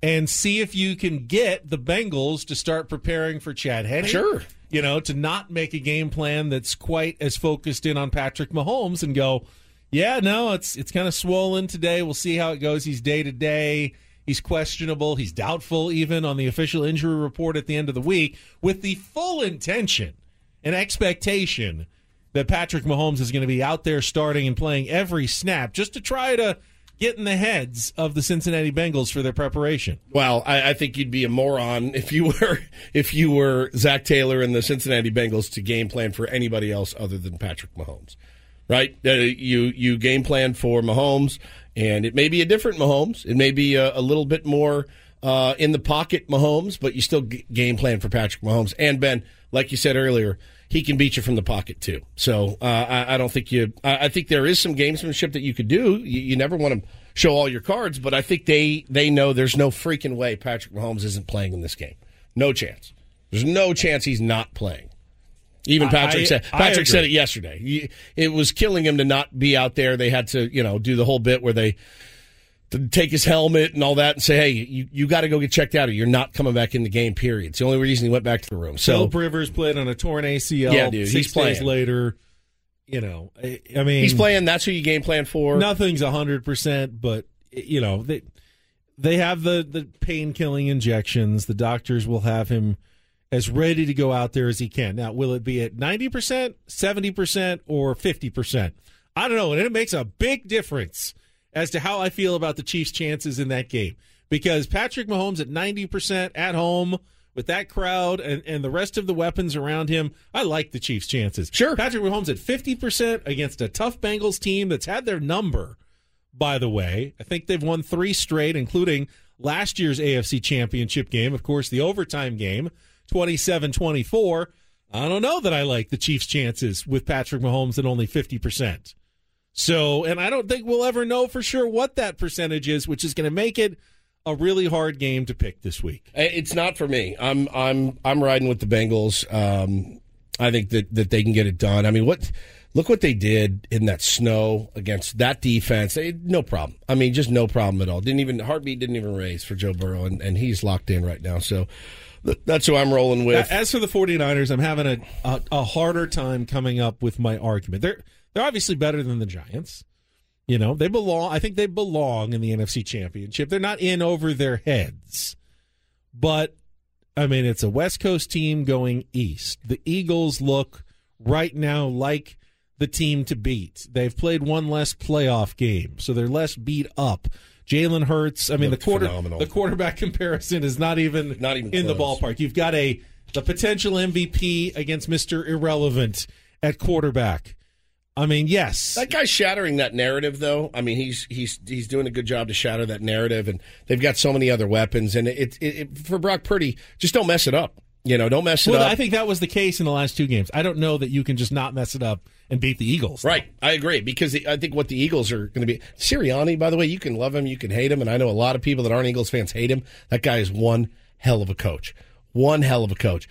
S1: and see if you can get the Bengals to start preparing for Chad Henne?
S2: Sure.
S1: You know, to not make a game plan that's quite as focused in on Patrick Mahomes and go, yeah, no, it's it's kind of swollen today. We'll see how it goes. He's day to day. He's questionable. He's doubtful even on the official injury report at the end of the week with the full intention an expectation that Patrick Mahomes is going to be out there starting and playing every snap just to try to get in the heads of the Cincinnati Bengals for their preparation.
S2: Well, I, I think you'd be a moron if you were if you were Zach Taylor and the Cincinnati Bengals to game plan for anybody else other than Patrick Mahomes, right? Uh, you you game plan for Mahomes, and it may be a different Mahomes. It may be a, a little bit more uh, in the pocket Mahomes, but you still g- game plan for Patrick Mahomes. And Ben, like you said earlier, he can beat you from the pocket too. So uh, I, I don't think you. I, I think there is some gamesmanship that you could do. You, you never want to show all your cards, but I think they they know there's no freaking way Patrick Mahomes isn't playing in this game. No chance. There's no chance he's not playing. Even Patrick
S1: I-
S2: said
S1: I
S2: Patrick said it
S1: agree.
S2: yesterday. He- It was killing him to not be out there. They had to, you know, do the whole bit where they to take his helmet and all that and say, "Hey, you, you got to go get checked out, or you're not coming back in the game." Period. It's the only reason he went back to the room. So
S1: Phil Rivers played on a torn ACL.
S2: Yeah, dude,
S1: six
S2: he's playing.
S1: days later. You know, I, I mean,
S2: he's playing. That's who you game plan for.
S1: Nothing's hundred percent, but you know they they have the the pain killing injections. The doctors will have him as ready to go out there as he can. Now, will it be at ninety percent, seventy percent, or fifty percent? I don't know, and it makes a big difference as to how I feel about the Chiefs' chances in that game because Patrick Mahomes at ninety percent at home. With that crowd and, and the rest of the weapons around him, I like the Chiefs' chances.
S2: Sure.
S1: Patrick Mahomes at 50% against a tough Bengals team that's had their number, by the way. I think they've won three straight, including last year's AFC Championship game. Of course, the overtime game, 27 24. I don't know that I like the Chiefs' chances with Patrick Mahomes at only 50%. So, and I don't think we'll ever know for sure what that percentage is, which is going to make it a really hard game to pick this week.
S2: It's not for me. I'm I'm I'm riding with the Bengals. Um, I think that that they can get it done. I mean, what? Look what they did in that snow against that defense. They, no problem. I mean, just no problem at all. Didn't even heartbeat didn't even raise for Joe Burrow, and, and he's locked in right now. So th- that's who I'm rolling with.
S1: As for the 49ers, I'm having a, a, a harder time coming up with my argument. They're they're obviously better than the Giants. You know, they belong I think they belong in the NFC Championship. They're not in over their heads. But I mean, it's a West Coast team going east. The Eagles look right now like the team to beat. They've played one less playoff game, so they're less beat up. Jalen Hurts. I mean,
S2: Looked
S1: the quarter
S2: phenomenal.
S1: the quarterback comparison is not even
S2: Not even
S1: in the
S2: close.
S1: ballpark. You've got a the potential MVP against Mister Irrelevant at quarterback. I mean, yes,
S2: That guy's shattering that narrative, though. I mean, he's he's he's doing a good job to shatter that narrative, and they've got so many other weapons. And it, it, it for Brock Purdy, just don't mess it up. You know, don't mess it
S1: Well,
S2: up.
S1: I think that was the case in the last two games. I don't know that you can just not mess it up and beat the Eagles.
S2: Right, I agree because the, I think what the Eagles are going to be Sirianni. By the way, you can love him, you can hate him, and I know a lot of people that aren't Eagles fans hate him. That guy is one hell of a coach, one hell of a coach.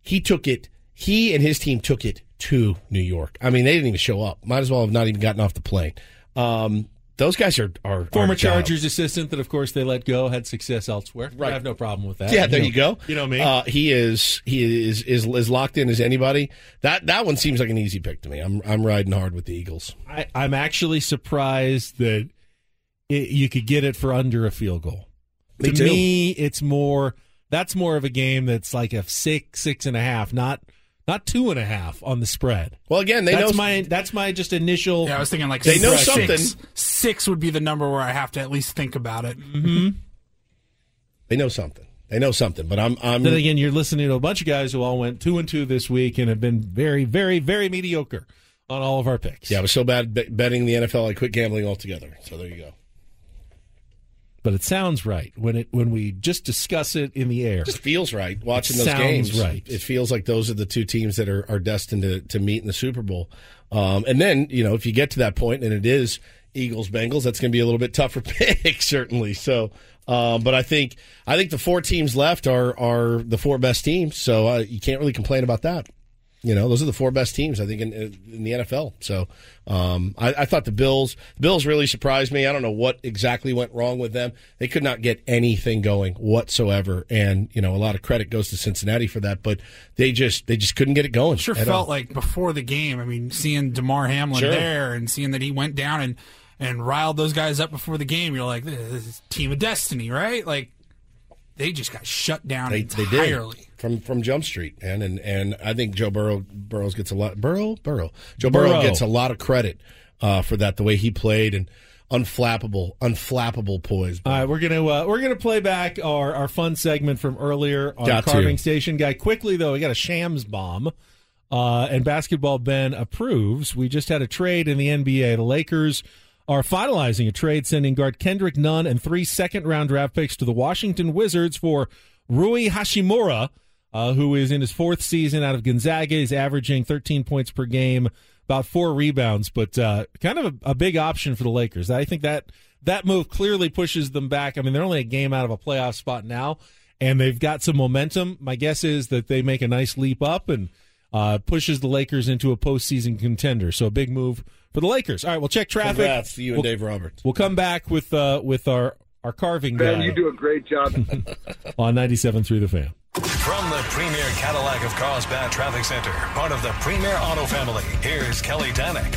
S2: He took it. He and his team took it to New York. I mean, they didn't even show up. Might as well have not even gotten off the plane. Um, those guys are are
S1: Former
S2: are down.
S1: Chargers assistant that, of course, they let go had success elsewhere. I
S2: Right.
S1: have no problem with that.
S2: Yeah, there
S1: know-
S2: you go.
S1: You know me.
S2: Uh, he is he is, is is locked in as anybody. That that one seems like an easy pick to me. I'm I'm riding hard with the Eagles.
S1: I, I'm actually surprised that it, you could get it for under a field goal.
S2: Me
S1: to
S2: too.
S1: me, it's more that's more of a game that's like a six, six and a half, not not two and a half on the spread.
S2: Well, again, they
S1: that's
S2: know
S1: my that's my just initial.
S3: Yeah, I was thinking like
S2: They know
S3: six,
S2: something. Mm-hmm.
S3: Six would be the number where I have to at least think about it.
S2: they know something. They know something. But I'm I'm
S1: Then again, you're listening to a bunch of guys who all went two and two this week and have been very, very, very mediocre on all of our picks.
S2: yeah. I was so bad bet- betting the NFL, I quit gambling altogether. So there you go.
S1: but it sounds right when it when we just discuss it in the air.
S2: Just feels right watching
S1: It
S2: those
S1: sounds
S2: games.
S1: right.
S2: It feels like those are the two teams that are, are destined to, to meet in the Super Bowl. Um, and then you know if you get to that point and it is Eagles Bengals, that's going to be a little bit tougher pick certainly. So, um, but I think I think the four teams left are are the four best teams. So uh, you can't really complain about that. You know, those are the four best teams I think in, in the NFL. So um, I, I thought the Bills, the Bills really surprised me. I don't know what exactly went wrong with them. They could not get anything going whatsoever, and you know, a lot of credit goes to Cincinnati for that. But they just they just couldn't get it going.
S3: sure
S2: at
S3: felt
S2: all.
S3: like before the game. I mean, seeing Demar Hamlin
S2: Sure.
S3: there and seeing that he went down and and riled those guys up before the game, you're like, this is team of destiny, right? Like they just got shut down
S2: they, they did
S3: entirely.
S2: from from Jump Street, man, and and I think Joe Burrow Burrows gets a lot Burrow Burrow Joe Burrow,
S1: Burrow.
S2: gets a lot of credit uh, for that the way he played and unflappable unflappable poise.
S1: All right, we're gonna uh, we're gonna play back our, our fun segment from earlier on
S2: Got to.
S1: Carving Station guy. Quickly though, we got a Shams bomb, uh, and Basketball Ben approves. We just had a trade in the NBA. The Lakers are finalizing a trade, sending guard Kendrick Nunn and three second round draft picks to the Washington Wizards for Rui Hashimura, uh, who is in his fourth season out of Gonzaga. He's averaging 13 points per game, about four rebounds, but uh, kind of a, a big option for the Lakers. I think that that move clearly pushes them back. I mean, they're only a game out of a playoff spot now, and they've got some momentum. My guess is that they make a nice leap up and uh, pushes the Lakers into a postseason contender. So a big move for the Lakers. All right, we'll check traffic.
S2: Congrats to you and
S1: we'll,
S2: Dave Roberts.
S1: we'll come back with uh, with our our carving guy
S9: a great job.
S1: on 97 through the fan.
S7: From the Premier Cadillac of Carlsbad Traffic Center, part of the Premier Auto Family, here's Kelly Danick.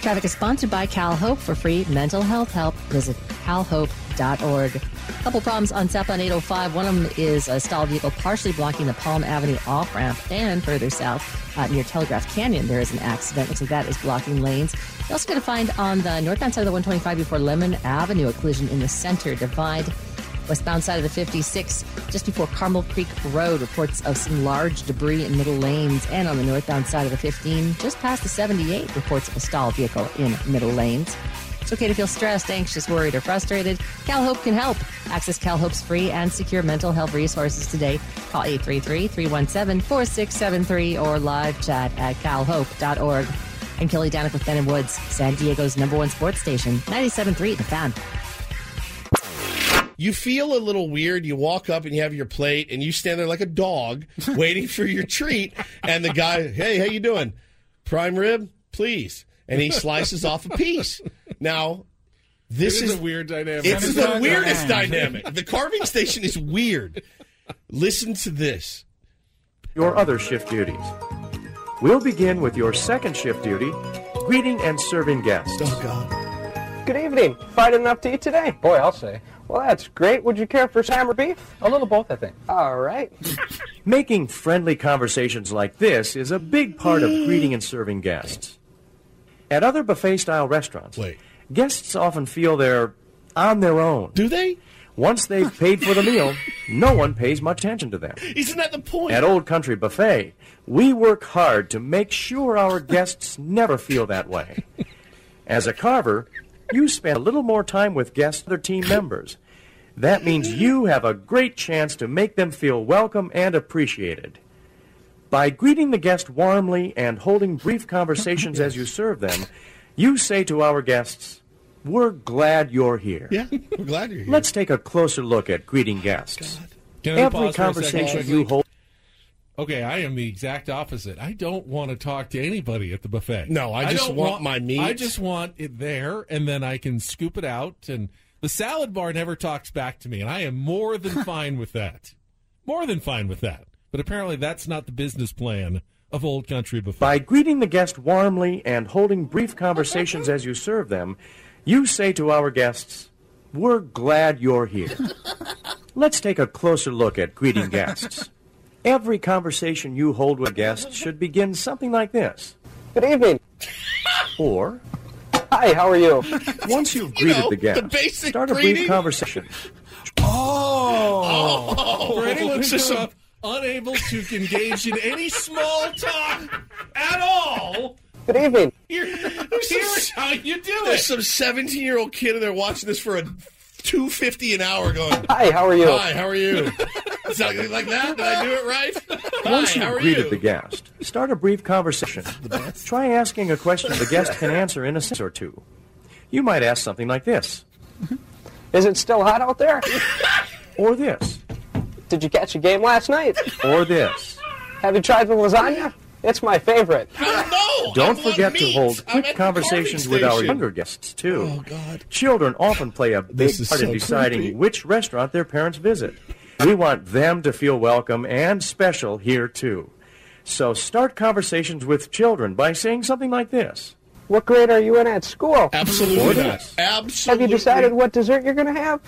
S8: Traffic is sponsored by Cal Hope for free mental health help. Visit calhope.org. Couple problems on southbound 805. One of them is a stalled vehicle partially blocking the Palm Avenue off ramp, and further south uh, near Telegraph Canyon, there is an accident. Looks like that is blocking lanes. You're also going to find on the northbound side of the 125 before Lemon Avenue a collision in the center divide westbound side of the 56, just before Carmel Creek Road, reports of some large debris in middle lanes. And on the northbound side of the 15, just past the 78, reports of a stalled vehicle in middle lanes. It's okay to feel stressed, anxious, worried, or frustrated. CalHope can help. Access CalHope's free and secure mental health resources today. Call 833-317-4673 or live chat at calhope.org. And Kelly Danick with Ben and Woods, San Diego's number one sports station, 97.3 The Fan.
S2: you feel a little weird. You walk up and you have your plate, and you stand there like a dog waiting for your treat. And the guy, hey, how you doing? Prime rib, please. And he slices off a piece. Now, this is,
S1: weird dynamic.
S2: it's the
S3: Dynamic.
S2: weirdest dynamic. The carving station is weird. Listen to this.
S9: Your other shift duties. We'll begin with your second shift duty, greeting and serving guests.
S2: Oh God!
S4: Good evening. Fried enough to eat today? Boy, I'll say. Well, that's great. Would you care for ham or beef? A little both, I think. All right.
S9: Making friendly conversations like this is a big part of greeting and serving guests. At other buffet style restaurants,
S2: Wait.
S9: guests often feel they're
S6: on their own.
S2: Do they?
S6: Once they've paid for the meal, no one pays much attention to them.
S2: Isn't that the point?
S6: At Old Country Buffet, we work hard to make sure our guests never feel that way. As a carver, you spend a little more time with guests than their team members. That means you have a great chance to make them feel welcome and appreciated. By greeting the guest warmly and holding brief conversations as you serve them, you say to our guests, We're glad you're here.
S2: Yeah, we're glad you're here.
S6: Let's take a closer look at greeting guests.
S1: Can I
S6: Every
S1: pause for a second
S6: conversation
S1: quickly?
S6: you hold.
S1: Okay, I am the exact opposite. I don't want to talk to anybody at the buffet.
S2: No, I just
S1: don't
S2: want my meat.
S1: I just want it there, and then I can scoop it out. And the salad bar never talks back to me, and I am more than fine with that. More than fine with that. But apparently, that's not the business plan of Old Country Buffet.
S6: By greeting the guest warmly and holding brief conversations as you serve them, you say to our guests, We're glad you're here. Let's take a closer look at greeting guests. Every conversation you hold with guests should begin something like this.
S4: Good evening.
S6: Or,
S4: Hi, how are you?
S6: once you've greeted
S2: know, the
S6: the guest,
S2: basic
S6: start a
S2: greeting.
S6: brief conversation.
S3: Oh,
S1: For anyone
S2: it's
S1: who
S2: just
S1: grew
S2: some-
S1: up unable to engage in any small talk at all,
S4: Good evening.
S1: here, here's how you do
S2: There's
S1: it.
S2: some 17 year old kid in there watching this for a 250 an hour going,
S4: Hi, how are you?
S2: Hi, how are you? It's not like that. Did I do it right?
S6: Once
S2: Hi, how
S6: you've
S2: are
S6: greeted
S2: you?
S6: the guest, start a brief conversation. Try asking a question the guest can answer in a sentence or two. You might ask something like this,
S4: Is it still hot out there?
S6: or this,
S4: Did you catch a game last night?
S6: or this.
S4: Have you tried the lasagna? It's my favorite.
S2: no,
S6: Don't
S2: I want
S6: forget to
S2: meat.
S6: hold
S2: I'm
S6: quick
S2: at the carving
S6: conversations with our
S2: station.
S6: younger guests, too.
S2: Oh, God.
S6: Children often play a big
S2: This is
S6: part in
S2: so
S6: deciding
S2: creepy.
S6: which restaurant their parents visit. We want them to feel welcome and special here, too. So start conversations with children by saying something like this.
S4: What grade are you in at school?
S6: Or
S2: Absolutely not.
S6: this.
S4: Have
S2: Absolutely.
S4: you decided what dessert you're going to have?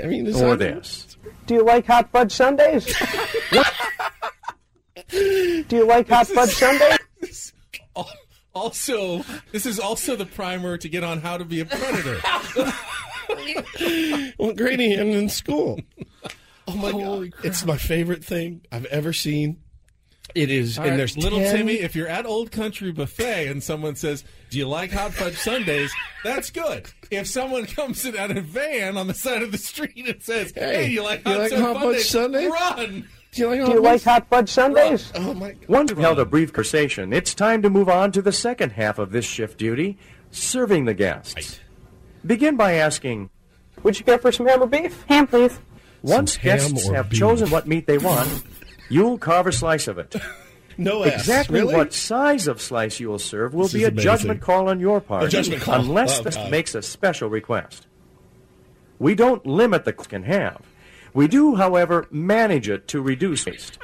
S2: I mean, is
S6: Or
S2: that-
S6: this.
S4: Do you like hot fudge sundaes? Do you like hot fudge sundaes?
S1: Al- also, this is also the primer to get on how to be a predator.
S2: What grade are you in in school? Oh my god! It's my favorite thing I've ever seen. It is,
S1: All
S2: and
S1: right,
S2: there's
S1: little
S2: 10
S1: Timmy, if you're at Old Country Buffet and someone says, "Do you like hot fudge sundaes?" That's good. If someone comes in out of a van on the side of the street and says, "Hey,
S2: Hey,
S1: you like
S2: you
S1: hot,
S2: like
S1: sun-
S2: hot fudge sundaes?
S1: Run!
S2: Do you like?
S4: Do you like hot fudge sundaes?
S2: Oh my god!
S6: Once you've held a brief conversation, it's time to move on to the second half of this shift duty, serving the guests. Begin by asking,
S4: Would you care for some ham or beef? Ham, please.
S6: once
S2: ham
S6: guests
S2: or
S6: have
S2: beef?
S6: chosen what meat they want, you'll carve a slice of it.
S2: No ass.
S6: Exactly
S2: really?
S6: what size of slice you will serve will
S2: This
S6: be
S2: is
S6: a
S2: amazing.
S6: judgment call on your part,
S2: A judgment call.
S6: unless
S2: Oh,
S6: this
S2: God.
S6: makes a special request. We don't limit the cook can have. We do, however, manage it to reduce waste.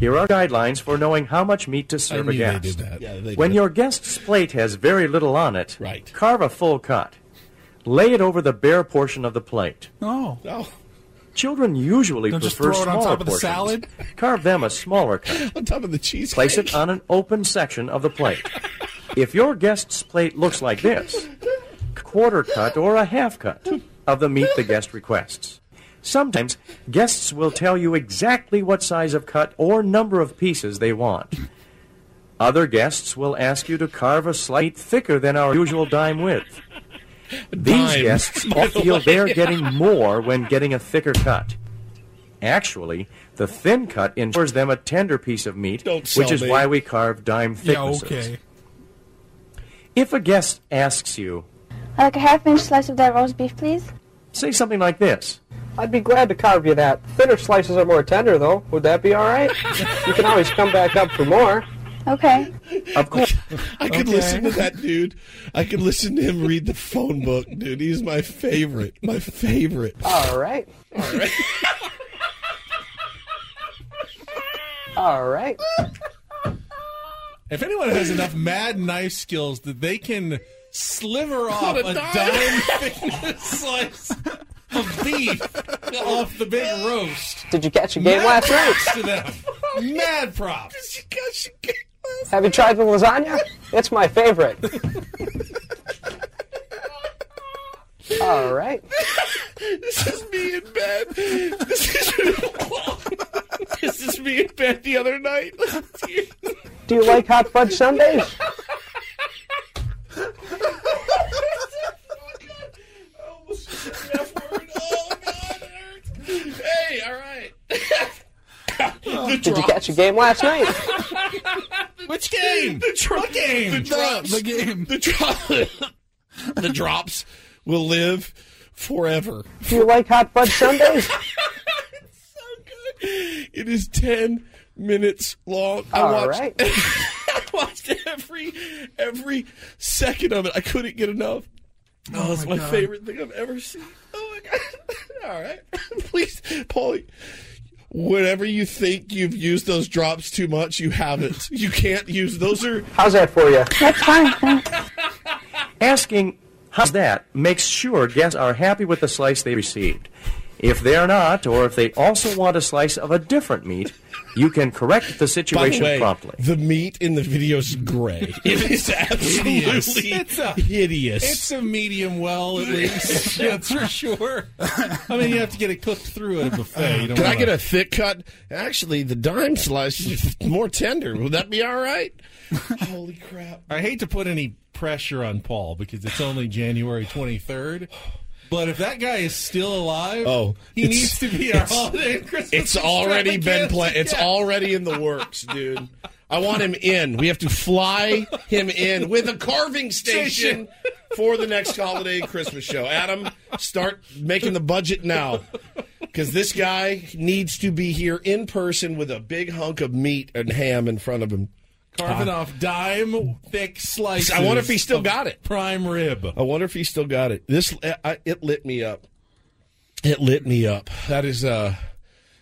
S6: Here are guidelines for knowing how much meat to
S1: I
S6: serve a
S1: knew they
S6: guest.
S1: did that.
S2: Yeah, they
S6: When
S2: do.
S6: your guest's plate has very little on it,
S2: Right.
S6: carve a full cut. Lay it over the bare portion of the plate.
S3: no.
S2: Oh,
S6: Children usually
S3: Don't just
S6: prefer
S3: throw it on
S6: smaller
S3: top of the
S6: portions.
S3: salad?
S6: Carve them a smaller cut.
S2: on top of the cheese.
S6: Place it on an open section of the plate. If your guest's plate looks like this, quarter cut or a half cut of the meat the guest requests. Sometimes guests will tell you exactly what size of cut or number of pieces they want. Other guests will ask you to carve a slight thicker than our usual dime width. These
S2: Dime,
S6: guests
S2: by the
S6: feel
S2: way.
S6: they're getting more when getting a thicker cut. Actually, the thin cut ensures them a tender piece of meat,
S2: Don't
S6: which
S2: sell
S6: is
S2: me.
S6: why we carve dime
S3: Yeah,
S6: thicknesses.
S3: okay.
S6: If a guest asks you,
S11: I like a half inch slice of that roast beef, please.
S6: say something like this.
S4: I'd be glad to carve you that. Thinner slices are more tender, though. Would that be all right? You can always come back up for more.
S11: Okay.
S6: Of course,
S2: I could
S3: Okay.
S2: listen to that dude. I could listen to him read the phone book, dude. He's my favorite. My favorite.
S4: All right. All right.
S1: If anyone has enough mad knife skills that they can sliver off
S2: a
S1: a
S2: dime.
S1: dime thickness slice of beef off the big roast,
S4: Did you catch a game last night?
S1: to them, mad props.
S4: Have you tried the lasagna? It's my favorite. All right.
S2: this is me in bed. This is, this is me in bed the other night.
S4: Do you like hot fudge sundaes?
S2: hey, all right.
S4: Did you catch a game last night?
S2: Which game? The drop game. The drops. The game. The drop. the drops will live forever.
S4: Do you like hot fudge sundaes?
S2: It is ten minutes long. I
S4: All
S2: watched.
S4: right.
S2: I watched every every second of it. I couldn't get enough. Oh, it's my,
S6: God.
S2: favorite thing I've ever seen. Oh my god! All right, please, Paulie. Whenever you think you've used those drops too much, you haven't. You can't use those. Are
S4: How's that for you?
S9: That's fine. Asking how's that makes sure guests are happy with the slice they received. If they're not, or if they also want a slice of a different meat, you can correct the situation
S2: By the way,
S9: promptly.
S2: The meat in the video's gray. It is absolutely
S1: Hideous.
S2: hideous.
S1: It's a- It's a medium well, at least. That's for sure. I mean, you have to get it cooked through at a buffet. You don't
S2: Can I
S1: wanna-
S2: get a thick cut? Actually, the dime slice is more tender. Would that be all right? Holy crap!
S1: I hate to put any pressure on Paul because it's only January 23rd. But if that guy is still alive,
S2: Oh,
S1: he
S2: it's-
S1: needs to be our
S2: it's-
S1: holiday and Christmas.
S2: It's already been planned. It's
S1: extravaganza.
S2: already in the works, dude. I want him in. We have to fly him in with a carving station for the next holiday and Christmas show. Adam, start making the budget now. Because this guy needs to be here in person with a big hunk of meat and ham in front of him.
S1: carving off dime thick slices.
S2: I wonder if he still
S1: of
S2: got it. Oh.
S1: Prime rib.
S2: I wonder if he still got it. This I, it lit me up. It lit me up. That is uh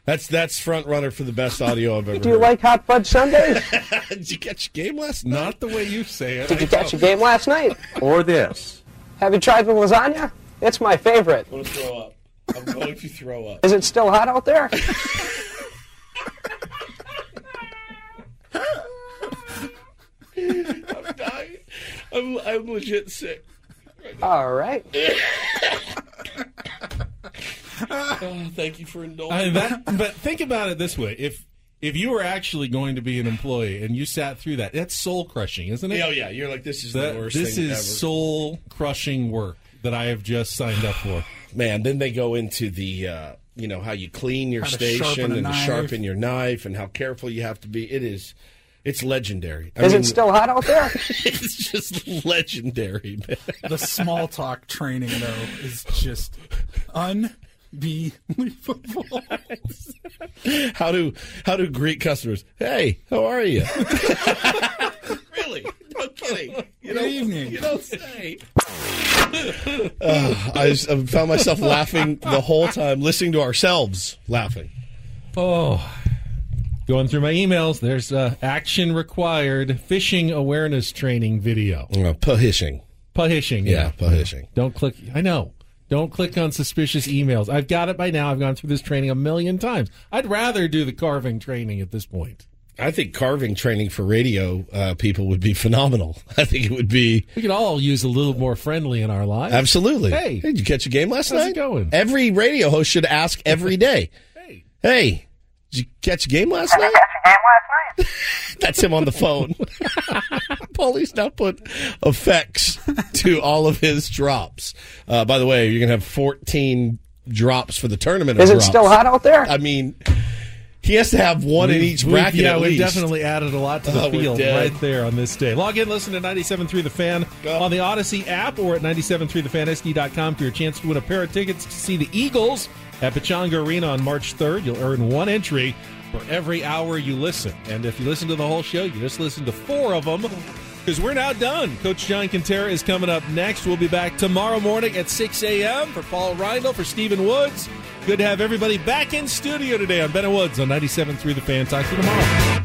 S2: that's that's front runner for the best audio I've ever.
S4: Do you like hot fudge sundaes?
S2: Did you catch your game last night?
S1: Not the way you say it.
S4: Did you catch a game last night?
S9: Or this.
S4: Have you tried the lasagna? It's my favorite.
S2: I'm going to throw up. I'm going to throw up.
S4: Is it still hot out there?
S2: I'm dying. I'm, I'm legit sick.
S4: All right.
S2: Oh, thank you for
S1: I
S2: indulging.
S1: mean, that, but think about it this way: if if you were actually going to be an employee and you sat through that, that's soul crushing, isn't it?
S2: oh yeah, you're like this is
S1: That-
S2: the worst
S1: this
S2: thing
S1: is
S2: ever.
S1: soul crushing work that I have just signed up for.
S2: Man, then they go into the uh, you know how you clean your
S3: How to sharpen
S2: station
S3: a
S2: and to
S3: knife.
S2: sharpen your knife and how careful you have to be. It is, it's legendary. I
S4: Is
S2: mean,
S4: it still hot out there?
S2: It's just legendary, man.
S3: The small talk training, though, is just unbelievable.
S2: How do how do greet customers? Hey, how are you? really? No kidding. You
S3: Good evening.
S2: don't say. I, just- I found myself laughing the whole time, listening to ourselves laughing.
S1: Oh, going through my emails. There's uh, action required fishing awareness training video.
S2: Uh, Pahishing.
S1: Pahishing.
S2: Yeah, pahishing.
S1: Don't click. I know. Don't click on suspicious emails. I've got it by now. I've gone through this training a million times. I'd rather do the carving training at this point.
S2: I think carving training for radio uh, people would be phenomenal. I think it would be
S1: We could all use a little more friendly in our lives.
S2: absolutely.
S1: Hey.
S2: did you catch a game last
S1: How's it
S2: night?
S1: going?
S2: Every radio host should ask every day.
S1: Hey.
S2: Hey, did you catch a game last night? That's him on the phone. Paulie's now put effects to all of his drops. Uh, by the way, you're gonna have 14 drops for the tournament. of
S4: Is it
S2: drops.
S4: still hot out there?
S2: I mean, he has to have one in each
S1: We've-
S2: bracket.
S1: Yeah,
S2: at
S1: we've
S2: least.
S1: definitely added a lot to the
S2: Oh, we're
S1: field
S2: dead.
S1: right there on this day. Log in, listen to 97.3 The Fan on the Odyssey app or at 97.3thefansd.com for your chance to win a pair of tickets to see the Eagles at Pechanga Arena on March 3rd. You'll earn one entry for every hour you listen. And if you listen to the whole show, you just listen to four of them because we're now done. Coach John Quintera is coming up next. We'll be back tomorrow morning at 6 a.m. for Paul Reindl, for Stephen Woods. Good to have everybody back in studio today on Ben and Woods on 97.3 The Fan. Talk to you tomorrow.